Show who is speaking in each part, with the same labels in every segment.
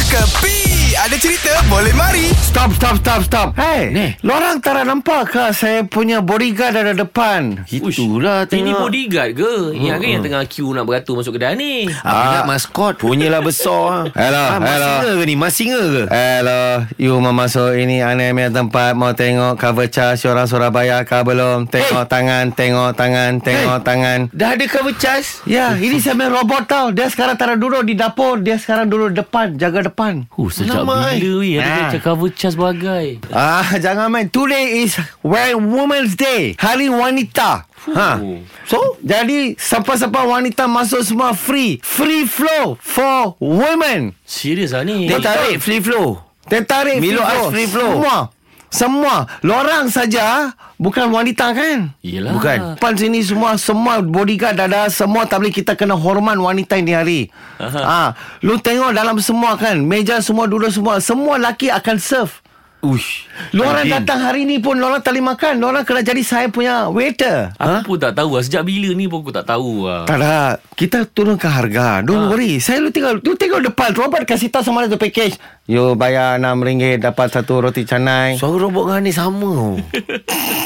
Speaker 1: Kepi Ada cerita boleh mari
Speaker 2: Stop, stop, stop, stop. Hey,
Speaker 3: Ni.
Speaker 2: ni. Lorang tak nak nampak ke saya punya bodyguard ada depan?
Speaker 3: Ush,
Speaker 2: Itulah tengok.
Speaker 3: Ini bodyguard ke? Yang kan yang tengah queue nak beratur masuk kedai ni
Speaker 2: Ah, maskot Punyalah besar Hello ah, Hello Masinga ke ni Masinga ke Hello You mau masuk ini Aneh punya tempat Mau tengok cover charge Orang Surabaya ke belum Tengok hey. tangan Tengok tangan Tengok hey. tangan
Speaker 4: Dah ada cover charge
Speaker 2: Ya ini saya main robot tau Dia sekarang tak ada duduk di dapur Dia sekarang duduk depan Jaga depan
Speaker 3: Oh sejak
Speaker 4: Lama, eh.
Speaker 3: bila weh Ada
Speaker 2: Ah.
Speaker 3: macam cover charge bagai
Speaker 2: Ah, jangan main. Today is World Women's Day. Hari wanita. Ha. So, jadi siapa-siapa wanita masuk semua free. Free flow for women.
Speaker 3: Serius lah ni
Speaker 4: Dia tarik free flow
Speaker 2: Tertarik
Speaker 4: Milo
Speaker 2: free flow.
Speaker 4: ice free flow.
Speaker 2: Semua. Semua. Lorang saja bukan wanita kan?
Speaker 3: Yelah.
Speaker 2: Bukan. Depan sini semua semua bodyguard dada semua tak boleh kita kena hormat wanita ini hari. Ah, ha. lu tengok dalam semua kan, meja semua duduk semua, semua laki akan serve.
Speaker 4: Ush
Speaker 2: Lu orang datang hari ni pun Lorang tak boleh makan Lorang kena jadi saya punya waiter
Speaker 3: Aku pun tak tahu lah Sejak bila ni pun aku tak tahu lah
Speaker 2: tak ada Kita turunkan harga
Speaker 4: Ah.
Speaker 2: Don't ha. worry Saya lu tinggal Lu tengok depan Robert kasih tahu sama ada tu package You bayar RM6 Dapat satu roti canai so,
Speaker 4: Suara robot dengan ni sama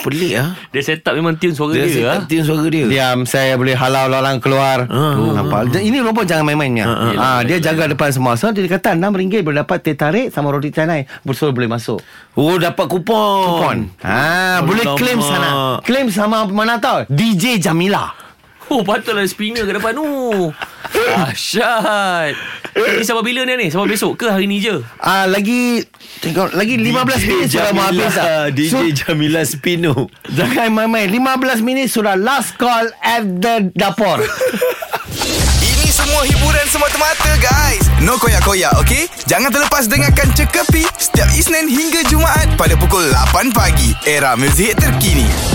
Speaker 4: Pelik ah.
Speaker 3: Dia set up memang tune suara
Speaker 4: Dia,
Speaker 3: dia,
Speaker 4: dia
Speaker 3: lah
Speaker 4: tune suara dia
Speaker 2: Diam Saya boleh halau orang keluar
Speaker 4: Ah.
Speaker 2: ha. Nampak ha. Ini robot jangan main-mainnya ha. Ha.
Speaker 3: Yelah,
Speaker 2: Dia jaga depan semua So dia kata RM6 boleh dapat teh tarik Sama roti canai Bersul boleh masuk
Speaker 4: Oh dapat kupon
Speaker 2: Pon ha. Boleh
Speaker 4: Alamak.
Speaker 2: claim sana Claim sama mana tau DJ Jamila
Speaker 3: Oh patutlah ada spinner ke depan tu Asyad Ini sampai bila ni ni? Sampai besok ke hari ni je?
Speaker 2: Ah lagi tengok lagi 15 minit sudah mau habis. ah.
Speaker 4: DJ
Speaker 2: So,
Speaker 4: Jamila Spino
Speaker 2: jangan main-main. 15 minit sudah last call at the dapur.
Speaker 1: Ini semua hiburan semata-mata guys No koyak-koyak ok Jangan terlepas dengarkan Cekapi Setiap Isnin hingga Jumaat Pada pukul 8 pagi Era muzik terkini